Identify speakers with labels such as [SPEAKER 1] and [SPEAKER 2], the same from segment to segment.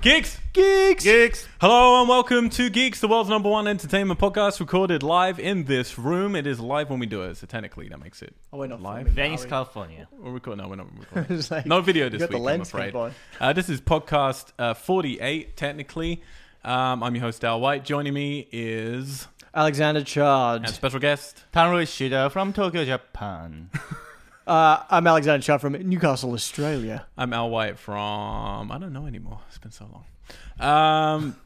[SPEAKER 1] Geeks!
[SPEAKER 2] Geeks!
[SPEAKER 3] Gigs.
[SPEAKER 1] Hello and welcome to Geeks, the world's number one entertainment podcast recorded live in this room. It is live when we do it, so technically that makes it.
[SPEAKER 2] Oh, we're not
[SPEAKER 1] Live.
[SPEAKER 2] filming,
[SPEAKER 4] Venice,
[SPEAKER 2] are we?
[SPEAKER 4] California.
[SPEAKER 1] We're recording. No, we're not recording.
[SPEAKER 2] It's like-
[SPEAKER 1] no video
[SPEAKER 2] you
[SPEAKER 1] this
[SPEAKER 2] got the
[SPEAKER 1] week,
[SPEAKER 2] lens
[SPEAKER 1] I'm afraid.
[SPEAKER 2] cap on.
[SPEAKER 1] Uh, this is podcast uh, 48, technically. Um, I'm your host, Al White. Joining me is
[SPEAKER 2] Alexander
[SPEAKER 1] a
[SPEAKER 2] Chard.
[SPEAKER 1] special guest.
[SPEAKER 4] Tanroi Shida from Tokyo, Japan.
[SPEAKER 2] Uh, I'm Alexander Chard from Newcastle, Australia.
[SPEAKER 1] I'm Al White from I don't know anymore. It's been so long. Um,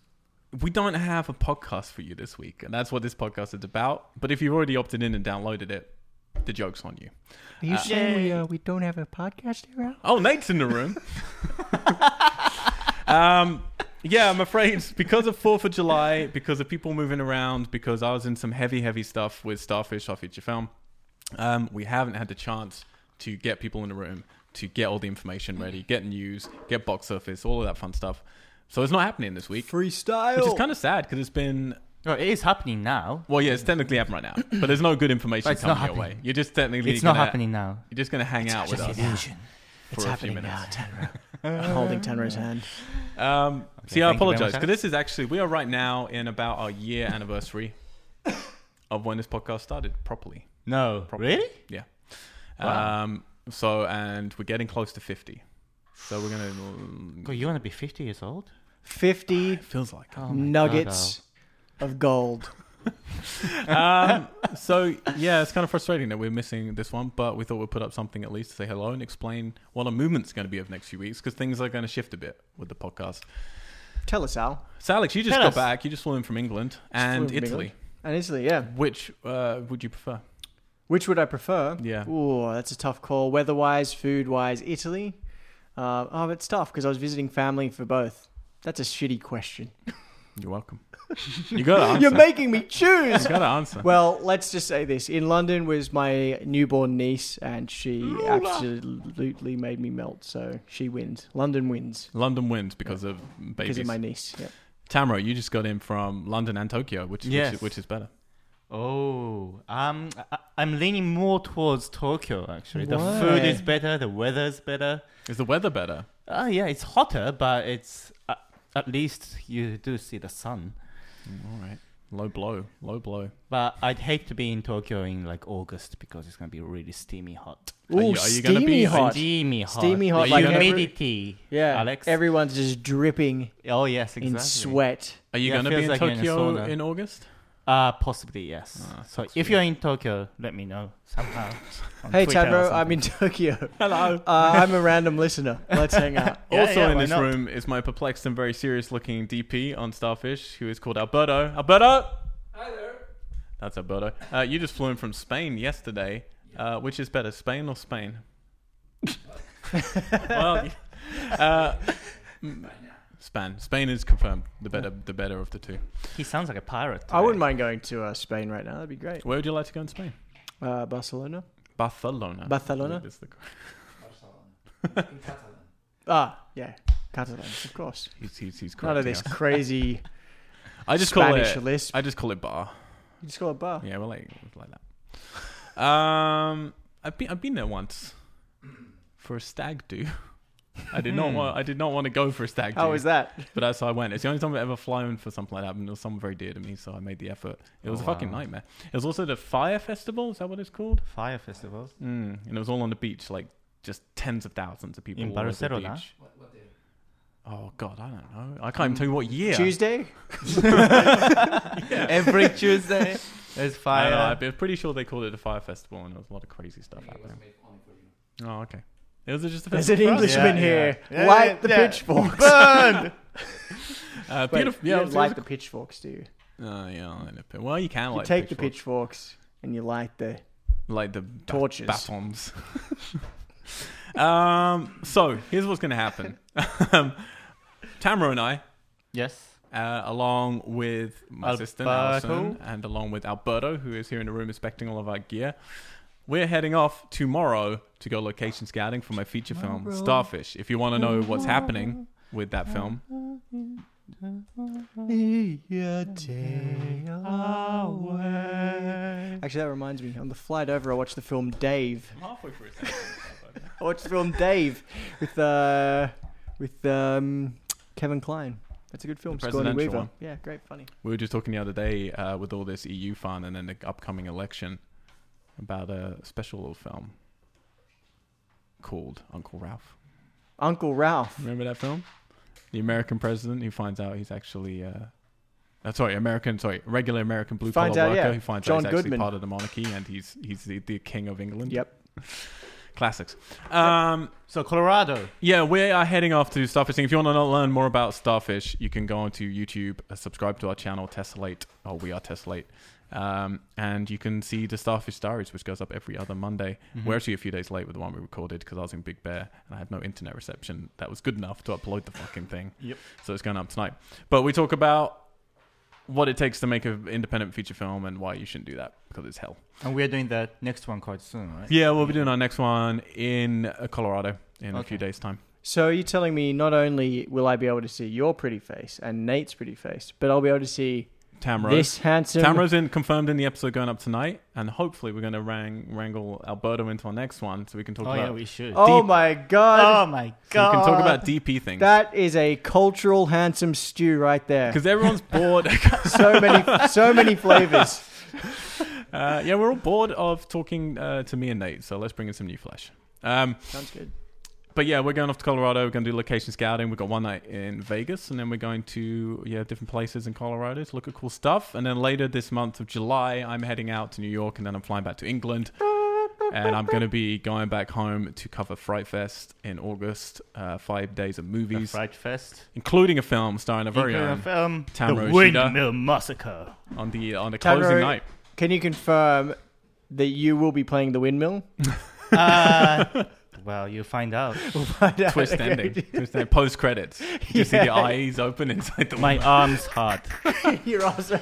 [SPEAKER 1] we don't have a podcast for you this week, and that's what this podcast is about. But if you've already opted in and downloaded it, the joke's on you.
[SPEAKER 2] Are you
[SPEAKER 4] saying we, uh,
[SPEAKER 2] we don't have a podcast here,
[SPEAKER 1] Oh, Nate's in the room. um, yeah, I'm afraid because of Fourth of July, because of people moving around, because I was in some heavy, heavy stuff with Starfish, our feature film. Um, we haven't had the chance to get people in the room to get all the information ready, get news, get box office, all of that fun stuff. So it's not happening this week,
[SPEAKER 2] Freestyle.
[SPEAKER 1] which is kind of sad because it's been
[SPEAKER 4] No, it is Oh, happening now.
[SPEAKER 1] well, yeah, it's technically happening right now, but there's no good information
[SPEAKER 4] But it's not
[SPEAKER 1] coming your way.
[SPEAKER 4] happening.
[SPEAKER 1] You're just technically
[SPEAKER 4] It's not
[SPEAKER 1] gonna-
[SPEAKER 4] happening now.
[SPEAKER 1] You're just gonna hang out with
[SPEAKER 4] Just
[SPEAKER 1] us
[SPEAKER 4] illusion.
[SPEAKER 1] for
[SPEAKER 2] it's
[SPEAKER 1] a few
[SPEAKER 2] happening
[SPEAKER 1] minutes.
[SPEAKER 2] now, Tanra. I'm holding Tanra's hand.
[SPEAKER 1] Um, see, I
[SPEAKER 4] thank you very
[SPEAKER 1] apologize
[SPEAKER 4] much,
[SPEAKER 1] because this is actually we are right now in about our year anniversary of when this podcast started properly.
[SPEAKER 4] No,
[SPEAKER 1] Properly.
[SPEAKER 4] really?
[SPEAKER 1] Yeah.
[SPEAKER 4] Wow.
[SPEAKER 1] Um, so, and we're getting close to fifty. So we're gonna. mm,
[SPEAKER 4] God, you want to be 50 years old?
[SPEAKER 2] 50
[SPEAKER 1] feels like.
[SPEAKER 4] Oh my God,
[SPEAKER 2] nuggets of gold.
[SPEAKER 4] Oh.
[SPEAKER 1] um, so yeah, it's kind of frustrating that we're missing this one, but we thought we'd put up something at least to say hello and explain what our movement's going to be over the next few weeks because things are going to shift a bit with the podcast.
[SPEAKER 2] Tell us, Al.
[SPEAKER 1] So, Alex, you just
[SPEAKER 4] Tell
[SPEAKER 1] got
[SPEAKER 4] us.
[SPEAKER 1] back. You just flew in from England and
[SPEAKER 2] flew in from
[SPEAKER 1] Italy.
[SPEAKER 2] And Italy, yeah.
[SPEAKER 1] Which uh, would you prefer?
[SPEAKER 2] Which would I prefer?
[SPEAKER 1] Yeah.
[SPEAKER 2] Ooh, that's a tough call. Weather wise, food wise, Italy. Uh, oh, it's tough because I was visiting family for both. That's a shitty question.
[SPEAKER 1] You're welcome. You got to answer.
[SPEAKER 2] You're making me choose.
[SPEAKER 1] you got to answer.
[SPEAKER 2] Well, let's just say this. In London was my newborn niece, and she absolutely made me melt. So she wins. London wins
[SPEAKER 1] London wins because of
[SPEAKER 2] because
[SPEAKER 1] babies.
[SPEAKER 2] of my niece. Yep.
[SPEAKER 1] Tamara, you just got in from London and Tokyo, which which
[SPEAKER 4] Yes.
[SPEAKER 1] is- which is better.
[SPEAKER 4] Oh, um, I, I'm leaning more towards Tokyo, actually. The
[SPEAKER 2] Why?
[SPEAKER 4] food is better, the weather is better.
[SPEAKER 1] Is the weather better?
[SPEAKER 4] Oh, yeah, it's hotter, but it's uh, at least you do see the sun.
[SPEAKER 1] Mm, All right. Low blow. Low blow.
[SPEAKER 4] But I'd hate to be in Tokyo in like August because it's going to be really steamy hot.
[SPEAKER 1] Are
[SPEAKER 2] Ooh,
[SPEAKER 1] you- are you gonna
[SPEAKER 2] steamy
[SPEAKER 1] be-
[SPEAKER 2] hot.
[SPEAKER 4] Steamy hot.
[SPEAKER 2] Steamy hot,
[SPEAKER 4] The
[SPEAKER 2] like every-
[SPEAKER 4] humidity.
[SPEAKER 2] yeah,
[SPEAKER 4] Alex.
[SPEAKER 2] Everyone's just dripping
[SPEAKER 4] oh, yes, exactly.
[SPEAKER 2] in sweat.
[SPEAKER 1] Are you
[SPEAKER 4] Yeah, it
[SPEAKER 1] going to be
[SPEAKER 4] feels
[SPEAKER 1] in
[SPEAKER 4] like you're in a
[SPEAKER 1] Tokyo
[SPEAKER 4] sauna.
[SPEAKER 1] in August?
[SPEAKER 4] Uh, possibly, yes.
[SPEAKER 1] Ah,
[SPEAKER 4] so
[SPEAKER 1] sucks
[SPEAKER 4] if
[SPEAKER 1] for
[SPEAKER 4] you're in Tokyo, let me know somehow. on
[SPEAKER 2] Hey,
[SPEAKER 4] Twitter or
[SPEAKER 2] Tadro, I'm
[SPEAKER 4] something.
[SPEAKER 2] in Tokyo.
[SPEAKER 1] Hello.
[SPEAKER 2] Uh, I'm a random listener. Let's hang out.
[SPEAKER 4] Yeah,
[SPEAKER 1] also
[SPEAKER 4] yeah,
[SPEAKER 1] in
[SPEAKER 4] why
[SPEAKER 1] this
[SPEAKER 4] not?
[SPEAKER 1] room is my perplexed and very serious looking DP on Starfish, who is called Alberto. Alberto! Hi there. That's Alberto. Uh, you just flew in from Spain yesterday. Uh, which is better, Spain or Spain? well, uh, mm, Span. Spain is confirmed. The better, the better of the two.
[SPEAKER 4] He sounds like a pirate.
[SPEAKER 2] I wouldn't mind going to uh, Spain right now. That'd be great.
[SPEAKER 1] Where would you like to go in Spain?
[SPEAKER 2] Uh, Barcelona.
[SPEAKER 1] Barcelona.
[SPEAKER 2] Barcelona?
[SPEAKER 1] I believe is the cor-
[SPEAKER 2] Ah, yeah, Catalan, of course.
[SPEAKER 1] He's, he's, he's
[SPEAKER 2] None of this
[SPEAKER 1] correcting us.
[SPEAKER 2] crazy
[SPEAKER 1] I just call
[SPEAKER 2] Spanish
[SPEAKER 1] it.
[SPEAKER 2] lisp.
[SPEAKER 1] I just call it bar.
[SPEAKER 2] You just call it bar.
[SPEAKER 1] Yeah, we're like we're like that. Um, I've been I've been there once for a stag do. I did
[SPEAKER 4] Hmm.
[SPEAKER 1] not want I did not want to go for a stag do.
[SPEAKER 2] How is that?
[SPEAKER 1] But that's how I went. It's the only time I've ever flown for something like that, and it was someone very dear to me, so I made the effort. It was
[SPEAKER 4] Oh,
[SPEAKER 1] a fucking
[SPEAKER 4] wow.
[SPEAKER 1] nightmare. It was also the fire festival. Is that what it's called?
[SPEAKER 4] Fire festivals.
[SPEAKER 1] Mm. And it was all on the beach, like just tens of thousands of people
[SPEAKER 4] Hmm. In
[SPEAKER 1] all over the
[SPEAKER 4] Barcelona?
[SPEAKER 1] beach. Oh God, I don't know. I can't even tell you what year.
[SPEAKER 2] Tuesday.
[SPEAKER 4] Every Tuesday, there's
[SPEAKER 1] I
[SPEAKER 4] fire.
[SPEAKER 1] know,
[SPEAKER 2] uh,
[SPEAKER 1] I'm pretty sure they called it a fire festival, and there was a lot of crazy stuff happening. Oh, okay. It was just a
[SPEAKER 2] There's
[SPEAKER 1] festival.
[SPEAKER 2] an
[SPEAKER 1] for us.
[SPEAKER 2] Englishman
[SPEAKER 4] Yeah,
[SPEAKER 2] here.
[SPEAKER 4] yeah.
[SPEAKER 2] Light
[SPEAKER 4] Yeah,
[SPEAKER 2] the
[SPEAKER 4] yeah.
[SPEAKER 2] pitchforks.
[SPEAKER 4] Burn!
[SPEAKER 1] Uh,
[SPEAKER 2] Wait,
[SPEAKER 1] beautiful.
[SPEAKER 2] you
[SPEAKER 1] yeah, it
[SPEAKER 2] don't
[SPEAKER 1] was-
[SPEAKER 2] light the pitchforks, do you?
[SPEAKER 1] Uh, yeah, I like the- well, you can
[SPEAKER 2] You
[SPEAKER 1] like
[SPEAKER 2] take the
[SPEAKER 1] pitchfork-
[SPEAKER 2] pitchforks and you light the.
[SPEAKER 1] like the ba-
[SPEAKER 2] torches.
[SPEAKER 1] batons. um, so here's what's going to happen. um, Tamara and I,
[SPEAKER 4] yes.
[SPEAKER 1] uh, along with my assistant
[SPEAKER 4] Alberto.
[SPEAKER 1] Alison, and along with Alberto, who is here in the room inspecting all of our gear, We're heading off tomorrow to go location scouting for my feature film,
[SPEAKER 4] Tomorrow.
[SPEAKER 1] Starfish. If you want to know what's happening with that film,
[SPEAKER 2] Actually, that reminds me. On the flight over, I watched the film Dave.
[SPEAKER 1] I'm halfway through it.
[SPEAKER 2] I watched the film Dave with uh, with um, Kevin Klein. That's a good film.
[SPEAKER 1] The
[SPEAKER 2] Sigourney
[SPEAKER 1] presidential
[SPEAKER 2] Weaver.
[SPEAKER 1] one.
[SPEAKER 2] Yeah, great, funny.
[SPEAKER 1] We were just talking the other day uh, with all this EU fun and then the upcoming election about a special little film called Uncle Ralph.
[SPEAKER 2] Uncle Ralph.
[SPEAKER 1] Remember that film? The American president who finds out he's actually. Uh, uh, sorry, American. Sorry, regular American blue collar
[SPEAKER 2] Finds out,
[SPEAKER 1] worker
[SPEAKER 2] yeah.
[SPEAKER 1] who finds out
[SPEAKER 2] John
[SPEAKER 1] he's actually
[SPEAKER 2] Goodman.
[SPEAKER 1] part of the monarchy and he's he's the, the king of England.
[SPEAKER 2] Yep.
[SPEAKER 1] classics. Um,
[SPEAKER 4] So Colorado.
[SPEAKER 1] yeah, we are heading off to Starfish. If you want to learn more about Starfish, you can go onto YouTube, uh, subscribe to our channel, Tessellate, or We Are Tessellate. Um, and you can see the Starfish Diaries, which goes up every other Monday. We're
[SPEAKER 4] Mm-hmm.
[SPEAKER 1] actually a few days late with the one we recorded because I was in Big Bear and I had no internet reception that was good enough to upload the fucking thing.
[SPEAKER 4] Yep.
[SPEAKER 1] So it's going up tonight. But we talk about what it takes to make an independent feature film and why you shouldn't do that because it's hell.
[SPEAKER 4] And we're doing the next one quite soon, right?
[SPEAKER 1] Yeah, we'll be doing our next one in uh, Colorado in a few
[SPEAKER 4] Okay.
[SPEAKER 1] days' time.
[SPEAKER 2] So you're telling me not only will I be able to see your pretty face and Nate's pretty face, but I'll be able to see
[SPEAKER 1] Tamro.
[SPEAKER 2] this uh, handsome.
[SPEAKER 1] Tamro's in confirmed in the episode going up tonight, and hopefully we're going to wrang, wrangle Alberto into our next one so we can talk
[SPEAKER 4] Oh
[SPEAKER 1] about
[SPEAKER 4] yeah, we should.
[SPEAKER 2] oh
[SPEAKER 1] deep-
[SPEAKER 2] my god!
[SPEAKER 4] Oh my
[SPEAKER 1] so we
[SPEAKER 4] god.
[SPEAKER 1] can talk about DP things
[SPEAKER 2] that is a cultural handsome stew right there.
[SPEAKER 1] because everyone's bored.
[SPEAKER 2] So many, so many flavors.
[SPEAKER 1] uh, yeah, we're all bored of talking uh, to me and Nate, so let's bring in some new flesh. Um,
[SPEAKER 2] Sounds good.
[SPEAKER 1] but yeah, we're going off to Colorado. We're going to do location scouting. We've got one night in Vegas, and then we're going to yeah different places in Colorado to look at cool stuff. And then later this month of July, I'm heading out to New York, and then I'm flying back to England. And I'm going to be going back home to cover Fright Fest in August. Uh, five days of
[SPEAKER 4] the
[SPEAKER 1] movies,
[SPEAKER 4] Fright Fest.
[SPEAKER 1] including a film starring our very
[SPEAKER 4] Including
[SPEAKER 1] own
[SPEAKER 4] the film,
[SPEAKER 1] Tamro
[SPEAKER 4] the
[SPEAKER 1] Ishida.
[SPEAKER 4] Windmill Massacre.
[SPEAKER 1] on the on the
[SPEAKER 2] Tamara-
[SPEAKER 1] closing night.
[SPEAKER 2] Can you confirm that you will be playing the windmill?
[SPEAKER 4] Uh, well, you'll find out.
[SPEAKER 1] Twist ending, twist ending, post credits. You see the
[SPEAKER 2] Yeah.
[SPEAKER 1] eyes open inside the
[SPEAKER 4] My arm's hard.
[SPEAKER 2] You're also.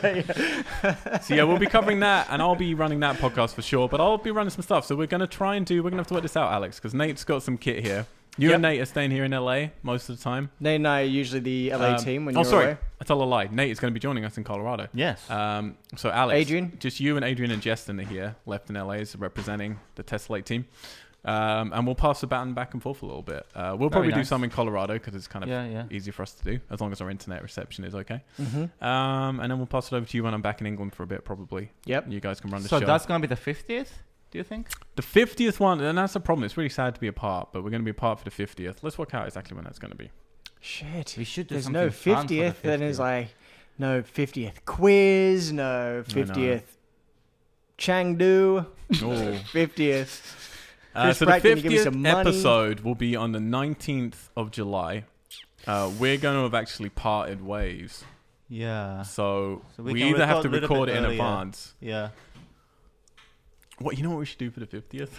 [SPEAKER 1] So yeah, we'll be covering that, and I'll be running that podcast for sure. But I'll be running some stuff. So we're gonna try and do. We're gonna have to work this out, Alex, because Nate's got some kit here. You and Nate are staying here in LA most of the time.
[SPEAKER 2] Nate and I are usually the LA
[SPEAKER 1] Um,
[SPEAKER 2] team when
[SPEAKER 1] oh,
[SPEAKER 2] you're
[SPEAKER 1] sorry,
[SPEAKER 2] away.
[SPEAKER 1] I tell a lie. Nate is going to be joining us in Colorado.
[SPEAKER 4] Yes.
[SPEAKER 1] Um, so Alex,
[SPEAKER 2] Adrian?
[SPEAKER 1] just you and Adrian and Justin are here, left in LA, is representing the Tesla team. Um, and we'll pass the baton back and forth a little bit. Uh, we'll
[SPEAKER 4] Very
[SPEAKER 1] probably do
[SPEAKER 4] nice.
[SPEAKER 1] some in Colorado because it's kind of
[SPEAKER 4] yeah, yeah.
[SPEAKER 1] easy for us to do as long as our internet reception is okay.
[SPEAKER 2] Mm-hmm.
[SPEAKER 1] Um, and then we'll pass it over to you when I'm back in England for a bit, probably.
[SPEAKER 2] Yep.
[SPEAKER 1] And you guys can run the
[SPEAKER 4] So
[SPEAKER 1] show.
[SPEAKER 4] that's gonna be the fiftieth. Do you think?
[SPEAKER 1] The fiftieth one, and that's the problem. It's really sad to be apart, but we're going to be apart for the fiftieth. Let's work out exactly when that's going to be.
[SPEAKER 2] Shit.
[SPEAKER 4] We should do
[SPEAKER 2] There's
[SPEAKER 4] something
[SPEAKER 2] no
[SPEAKER 4] fun for the
[SPEAKER 2] 50th, then it's
[SPEAKER 4] 50th.
[SPEAKER 2] like no 50th quiz, no 50th Changdu,
[SPEAKER 1] Oh.
[SPEAKER 2] 50th.
[SPEAKER 1] uh,
[SPEAKER 2] Chris
[SPEAKER 1] so the
[SPEAKER 2] Pratt, can you give me
[SPEAKER 1] fiftieth
[SPEAKER 2] some money?
[SPEAKER 1] episode will be on the nineteenth of July. Uh, we're going to have actually parted ways,
[SPEAKER 4] Yeah.
[SPEAKER 1] Ah. so,
[SPEAKER 4] So
[SPEAKER 1] we,
[SPEAKER 4] we can
[SPEAKER 1] either have
[SPEAKER 4] record
[SPEAKER 1] to
[SPEAKER 4] a little
[SPEAKER 1] record
[SPEAKER 4] bit
[SPEAKER 1] it in
[SPEAKER 4] earlier.
[SPEAKER 1] advance.
[SPEAKER 4] Yeah.
[SPEAKER 1] What you know what we should do for the fiftieth?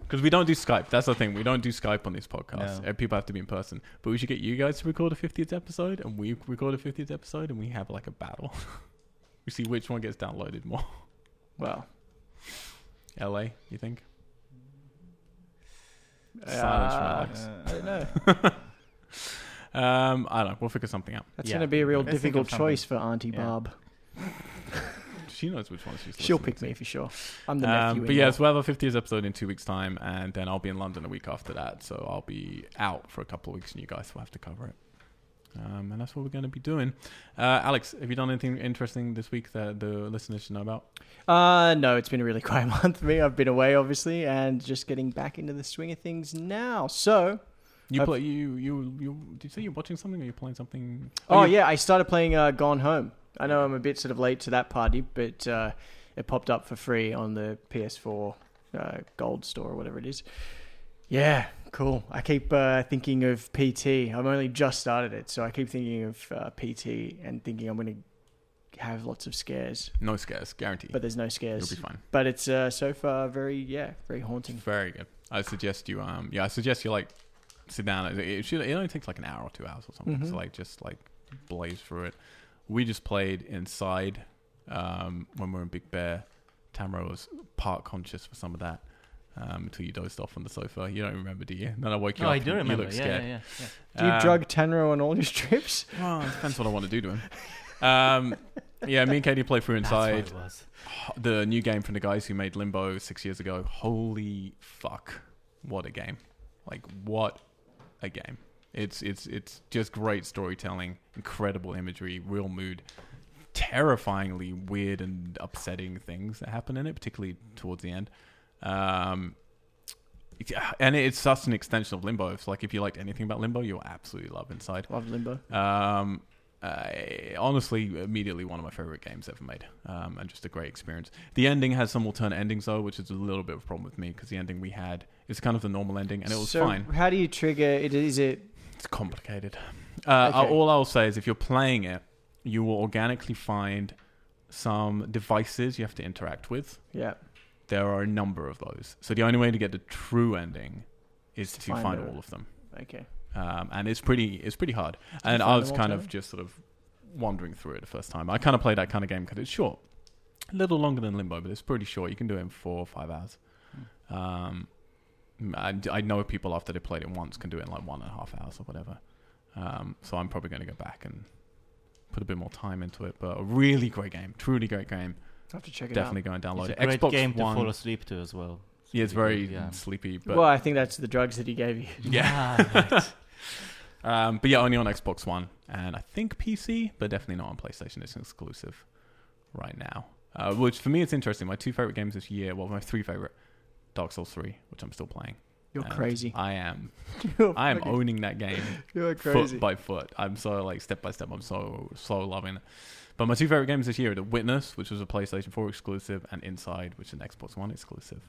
[SPEAKER 1] Because we don't do Skype. That's the thing. We don't do Skype on this podcast.
[SPEAKER 4] No.
[SPEAKER 1] Uh, People have to be in person. But we should get you guys to record a fiftieth episode, and we record a fiftieth episode, and we have like a battle. we see which one gets downloaded more.
[SPEAKER 2] Well,
[SPEAKER 1] LA, you think?
[SPEAKER 2] uh,
[SPEAKER 1] Silence from Alex.
[SPEAKER 2] I don't know.
[SPEAKER 1] Um, I don't know. We'll figure something out.
[SPEAKER 2] That's
[SPEAKER 4] Yeah.
[SPEAKER 2] going to be a real
[SPEAKER 4] Let's think
[SPEAKER 2] difficult
[SPEAKER 4] of something.
[SPEAKER 2] choice for Auntie
[SPEAKER 4] Yeah.
[SPEAKER 2] Barb.
[SPEAKER 1] She knows which one she's.
[SPEAKER 2] She'll
[SPEAKER 1] listening
[SPEAKER 2] pick
[SPEAKER 1] to.
[SPEAKER 2] me for sure. I'm the nephew.
[SPEAKER 1] Um, but
[SPEAKER 2] in
[SPEAKER 1] yeah, so we'll have a 50th episode in two weeks' time, and then I'll be in London a week after that. So I'll be out for a couple of weeks, and you guys will have to cover it. Um, and that's what we're going to be doing. Uh, Alex, have you done anything interesting this week that the listeners should know about?
[SPEAKER 2] Uh no, it's been a really quiet month for me. I've been away obviously and just getting back into the swing of things now. So
[SPEAKER 1] You
[SPEAKER 2] I've-
[SPEAKER 1] play you you you. Did you say you're watching something or you're playing something?
[SPEAKER 2] Oh,
[SPEAKER 1] you-
[SPEAKER 2] yeah, I started playing uh, Gone Home. I know I'm a bit sort of late to that party, but uh, it popped up for free on the PS4 uh, Gold store or whatever it is. Yeah, cool. I keep uh, thinking of PT. I've only just started it, so I keep thinking of uh, PT and thinking I'm going to have lots of scares,
[SPEAKER 1] No scares, guarantee.
[SPEAKER 2] but there's no
[SPEAKER 1] You'll
[SPEAKER 2] scares.
[SPEAKER 1] be fine.
[SPEAKER 2] But it's uh, so far very, yeah, very haunting.
[SPEAKER 1] Very good. I suggest you um yeah I suggest you like sit down. It, it should it only takes like an hour or two hours or something.
[SPEAKER 4] Mm-hmm.
[SPEAKER 2] Mhm.
[SPEAKER 1] So like just like blaze through it. We just played inside um when we were in Big Bear. Tamara was part conscious for some of that um, until you dozed off on the sofa. You don't remember, do you? And then I woke you
[SPEAKER 4] No,
[SPEAKER 1] up.
[SPEAKER 4] Oh, I do
[SPEAKER 1] and
[SPEAKER 4] remember.
[SPEAKER 1] You looked
[SPEAKER 4] yeah,
[SPEAKER 1] scared.
[SPEAKER 4] yeah, yeah, yeah.
[SPEAKER 2] Do you
[SPEAKER 1] Um,
[SPEAKER 2] drug Tanro on all your trips?
[SPEAKER 1] Well, it depends what I want to do to him. Um, yeah, me and Katie play through
[SPEAKER 4] That's what
[SPEAKER 1] Inside,
[SPEAKER 4] it was.
[SPEAKER 1] the new game from the guys who made Limbo six years ago. Holy fuck, what a game! Like what a game! It's it's it's just great storytelling, incredible imagery, real mood, terrifyingly weird and upsetting things that happen in it, particularly towards the end. Um, yeah, and it's such an extension of Limbo. It's like if you liked anything about Limbo, you'll absolutely love Inside.
[SPEAKER 2] Love Limbo.
[SPEAKER 1] Um, I, honestly, immediately one of my favorite games ever made, um, and just a great experience. The ending has some alternate endings though, which is a little bit of a problem with me because the ending we had is kind of the normal ending, and it was
[SPEAKER 2] so
[SPEAKER 1] fine.
[SPEAKER 2] How do you trigger it? Is it
[SPEAKER 1] It's complicated. Uh,
[SPEAKER 2] Okay.
[SPEAKER 1] All I'll say is if you're playing it, you will organically find some devices you have to interact with.
[SPEAKER 2] yeah?
[SPEAKER 1] There are a number of those, so the only way to get the true ending is to
[SPEAKER 2] find
[SPEAKER 1] find
[SPEAKER 2] a-
[SPEAKER 1] all of them
[SPEAKER 2] Okay.
[SPEAKER 1] um, and it's pretty it's pretty hard.
[SPEAKER 2] you
[SPEAKER 1] And I
[SPEAKER 2] find
[SPEAKER 1] was
[SPEAKER 2] them all
[SPEAKER 1] kind
[SPEAKER 2] challenging?
[SPEAKER 1] of just sort of wandering through it the first time. I kind of play that kind of game because it's short, a little longer than Limbo, but it's pretty short. You can do it in four or five hours.
[SPEAKER 4] Hmm.
[SPEAKER 1] Um, I, I know people after they played it once can do it in like one and a half hours or whatever. Um, so I'm probably going to go back and put a bit more time into it. But a really great game, truly great game.
[SPEAKER 2] I have to check it
[SPEAKER 1] Definitely go and download
[SPEAKER 4] It's a
[SPEAKER 1] it.
[SPEAKER 4] great
[SPEAKER 1] Xbox
[SPEAKER 4] game
[SPEAKER 1] One.
[SPEAKER 4] to fall asleep to as well.
[SPEAKER 1] yeah, it's very
[SPEAKER 4] Yeah.
[SPEAKER 1] sleepy,
[SPEAKER 2] out.
[SPEAKER 1] but
[SPEAKER 2] Well, I think that's the drugs that he gave you.
[SPEAKER 4] Yeah. right.
[SPEAKER 1] Um, but yeah, only on Xbox One and I think PC, but definitely not on PlayStation. It's exclusive right now. Uh, which for me, it's interesting. My two favorite games this year, well, my three favorite, Dark Souls Three, which I'm still playing.
[SPEAKER 2] You're
[SPEAKER 1] And
[SPEAKER 2] crazy.
[SPEAKER 1] I am.
[SPEAKER 2] You're
[SPEAKER 1] Uh, I am
[SPEAKER 2] fucking-
[SPEAKER 1] owning that game
[SPEAKER 2] You're crazy.
[SPEAKER 1] foot by foot. I'm so like step by step. I'm so so loving it. But my two favorite games this year are The Witness, which was a PlayStation 4 exclusive, and Inside, which is an Xbox One exclusive.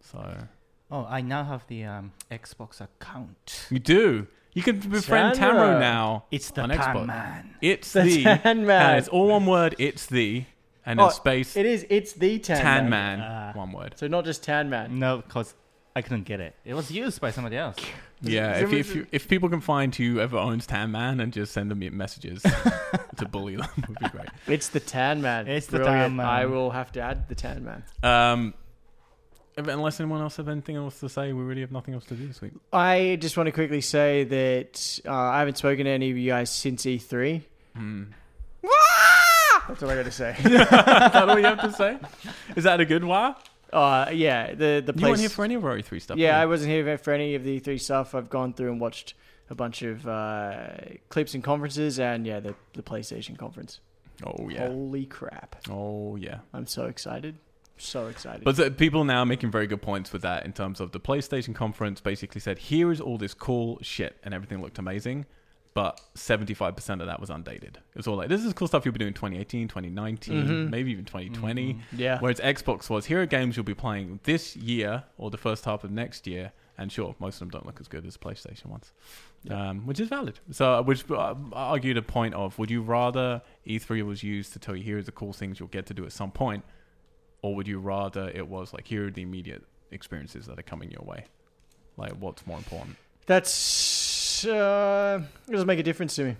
[SPEAKER 1] So
[SPEAKER 4] Oh, I now have the um, Xbox account.
[SPEAKER 1] you do. You can befriend Tamro
[SPEAKER 2] Sandra.
[SPEAKER 1] now.
[SPEAKER 4] It's the
[SPEAKER 1] On Xbox.
[SPEAKER 4] Pan Man.
[SPEAKER 1] It's
[SPEAKER 2] The
[SPEAKER 1] the
[SPEAKER 2] Tan Man.
[SPEAKER 1] And it's all one word. It's the and
[SPEAKER 2] Oh,
[SPEAKER 1] then space
[SPEAKER 2] it is. It's the Tan,
[SPEAKER 1] tan,
[SPEAKER 2] man.
[SPEAKER 1] man.
[SPEAKER 4] Ah.
[SPEAKER 1] one word.
[SPEAKER 2] So not just Tan Man.
[SPEAKER 4] No, because I couldn't get it. It was used by somebody else.
[SPEAKER 1] Yeah.
[SPEAKER 2] is
[SPEAKER 1] If,
[SPEAKER 2] it-
[SPEAKER 1] if you, if people can find whoever owns tan man and just send them messages to bully them would be great.
[SPEAKER 2] It's the Tan Man.
[SPEAKER 4] It's the
[SPEAKER 2] Brilliant.
[SPEAKER 4] Tan Man.
[SPEAKER 2] I will have to add the Tan Man.
[SPEAKER 1] Um, if- unless anyone else have anything else to say, we really have nothing else to do this week.
[SPEAKER 2] I just want to quickly say that uh, I haven't spoken to any of you guys since E3.
[SPEAKER 1] Hmm.
[SPEAKER 2] That's all I got to say.
[SPEAKER 1] Is that all you have to say? Is that a good why?
[SPEAKER 2] uh, yeah, the the
[SPEAKER 1] You weren't
[SPEAKER 2] place.
[SPEAKER 1] here for any of our E3 stuff.
[SPEAKER 2] yeah, I
[SPEAKER 1] were
[SPEAKER 2] wasn't here for any of the E3 stuff. I've gone through and watched a bunch of uh, clips and conferences, and yeah, the the PlayStation conference.
[SPEAKER 1] you? Oh yeah.
[SPEAKER 2] Holy crap!
[SPEAKER 1] Oh yeah.
[SPEAKER 2] I'm so excited. So excited.
[SPEAKER 1] But so people now are making very good points with that in terms of the PlayStation conference basically said, here is all this cool shit, and everything looked amazing. But 75% of that was undated. It was all like, this is cool stuff you'll be doing 2018, 2019,
[SPEAKER 2] Mhm.
[SPEAKER 1] maybe even 2020.
[SPEAKER 4] Mm-hmm. Mm.
[SPEAKER 2] yeah,
[SPEAKER 1] Whereas Xbox was, here are games you'll be playing this year or the first half of next year. And sure, most of them don't look as good as PlayStation ones,
[SPEAKER 2] Yeah.
[SPEAKER 1] um, which is valid. So, uh, which uh, I argued a point of would you rather E3 was used to tell you here are the cool things you'll get to do at some point, or would you rather it was like here are the immediate experiences that are coming your way? Like, what's more important?
[SPEAKER 2] that's uh, it doesn't make a difference to me.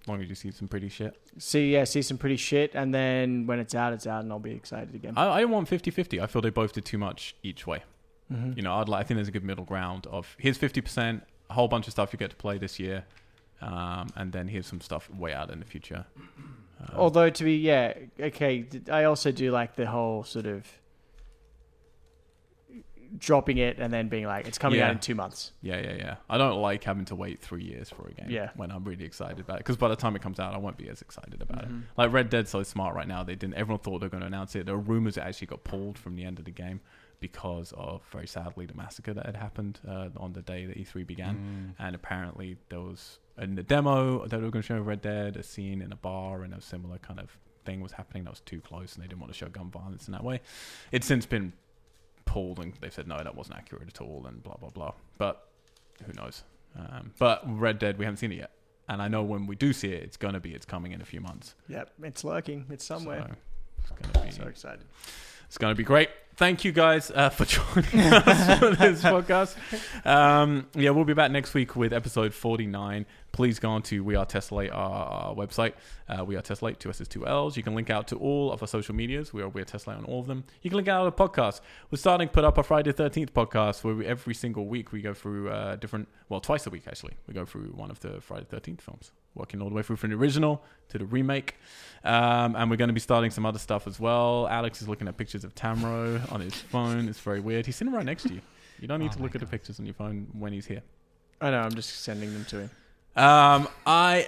[SPEAKER 1] As long as you see some pretty shit.
[SPEAKER 2] See, yeah, see some pretty shit, and then when it's out, it's out, and I'll be excited again.
[SPEAKER 1] I, I want 50 50. I feel they both did too much each way.
[SPEAKER 2] Mhm.
[SPEAKER 1] you know, I'd like, I think there's a good middle ground of here's 50%, a whole bunch of stuff you get to play this year, um, and then here's some stuff way out in the future. Uh,
[SPEAKER 2] Although to be yeah okay, th- I also do like the whole sort of dropping it and then being like it's coming
[SPEAKER 1] Yeah.
[SPEAKER 2] out in two months.
[SPEAKER 1] yeah, yeah, yeah. I don't like having to wait three years for a game
[SPEAKER 2] Yeah.
[SPEAKER 1] when I'm really excited about it because by the time it comes out, I won't be as excited about
[SPEAKER 2] Mm-hmm.
[SPEAKER 1] it. Like Red Dead's so smart right now. They didn't. Everyone thought they were going to announce it. There were rumors it actually got pulled from the end of the game because of very sadly the massacre that had happened uh, on the day that E3 began.
[SPEAKER 4] Mm.
[SPEAKER 1] and apparently there was in the demo that they were going to show Red Dead a scene in a bar and a similar kind of thing was happening that was too close and they didn't want to show gun violence in that way. It's since been pulled and they've said no that wasn't accurate at all and blah blah blah. But who knows? Um, but Red Dead we haven't seen it yet, and I know when we do see it, it's going to be it's coming in a few months
[SPEAKER 2] Yep, it's lurking. It's somewhere.
[SPEAKER 1] So it's going to
[SPEAKER 2] So
[SPEAKER 1] be
[SPEAKER 2] excited.
[SPEAKER 1] it's going to be great. Thank you guys uh, for joining us for this podcast. Um, yeah, we'll be back next week with episode 49. please go on to We Are Tesla Late, our, our website. Uh, we Are Tesla Late, two S's, two L's. You can link out to all of our social medias. We are We Are Tesla Late on all of them. You can link out to the podcast. We're starting to put up our Friday 13th podcast where we, every single week we go through uh, different, well, twice a week actually, we go through one of the Friday 13th films. Working all the way through from the original to the remake. Um, and we're going to be starting some other stuff as well. Alex is looking at pictures of Tamro on his phone. It's very weird. He's sitting right next to you. You don't need
[SPEAKER 4] Oh
[SPEAKER 1] to
[SPEAKER 4] my
[SPEAKER 1] look at the
[SPEAKER 4] God.
[SPEAKER 1] pictures on your phone when he's here.
[SPEAKER 2] I know. I'm just sending them to him.
[SPEAKER 1] Um, I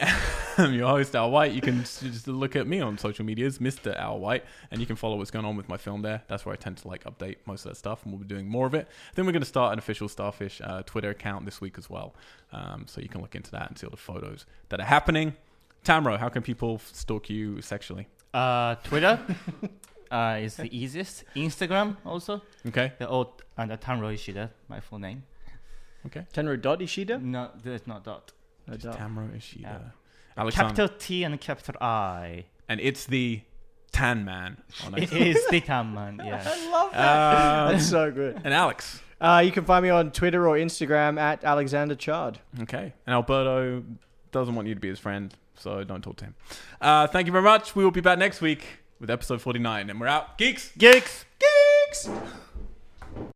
[SPEAKER 1] am your host, Al White. You can s- just look at me on social medias, Mr. Al White, and you can follow what's going on with my film there. That's where I tend to like update most of that stuff, and we'll be doing more of it. Then we're going to start an official Starfish uh, Twitter account this week as well. Um, so you can look into that and see all the photos that are happening. Tamro, how can people stalk you sexually?
[SPEAKER 4] Uh, Twitter uh, is the easiest. Instagram also.
[SPEAKER 1] Okay,
[SPEAKER 4] The old and the Tanro Ishida, uh, my full name.
[SPEAKER 2] Tenru Dot Ishida?
[SPEAKER 4] No, there's not dot.
[SPEAKER 2] Mm, No
[SPEAKER 1] just
[SPEAKER 2] dot.
[SPEAKER 1] Tamro Ishida,
[SPEAKER 4] Yeah.
[SPEAKER 1] Alexander,
[SPEAKER 4] Capital T and capital I.
[SPEAKER 1] and it's the Tan Man. On
[SPEAKER 4] It
[SPEAKER 1] it.
[SPEAKER 4] is the Tanman. Yeah.
[SPEAKER 2] love
[SPEAKER 1] Um,
[SPEAKER 2] That's so good.
[SPEAKER 1] and Alex.
[SPEAKER 2] Uh, you can find me on Twitter or Instagram at Alexander Chard.
[SPEAKER 1] Okay. And Alberto doesn't want you to be his friend, so don't talk to him. Uh, thank you very much. We will be back next week with episode 49, and we're out. Geeks!
[SPEAKER 4] Geeks.
[SPEAKER 2] Geeks!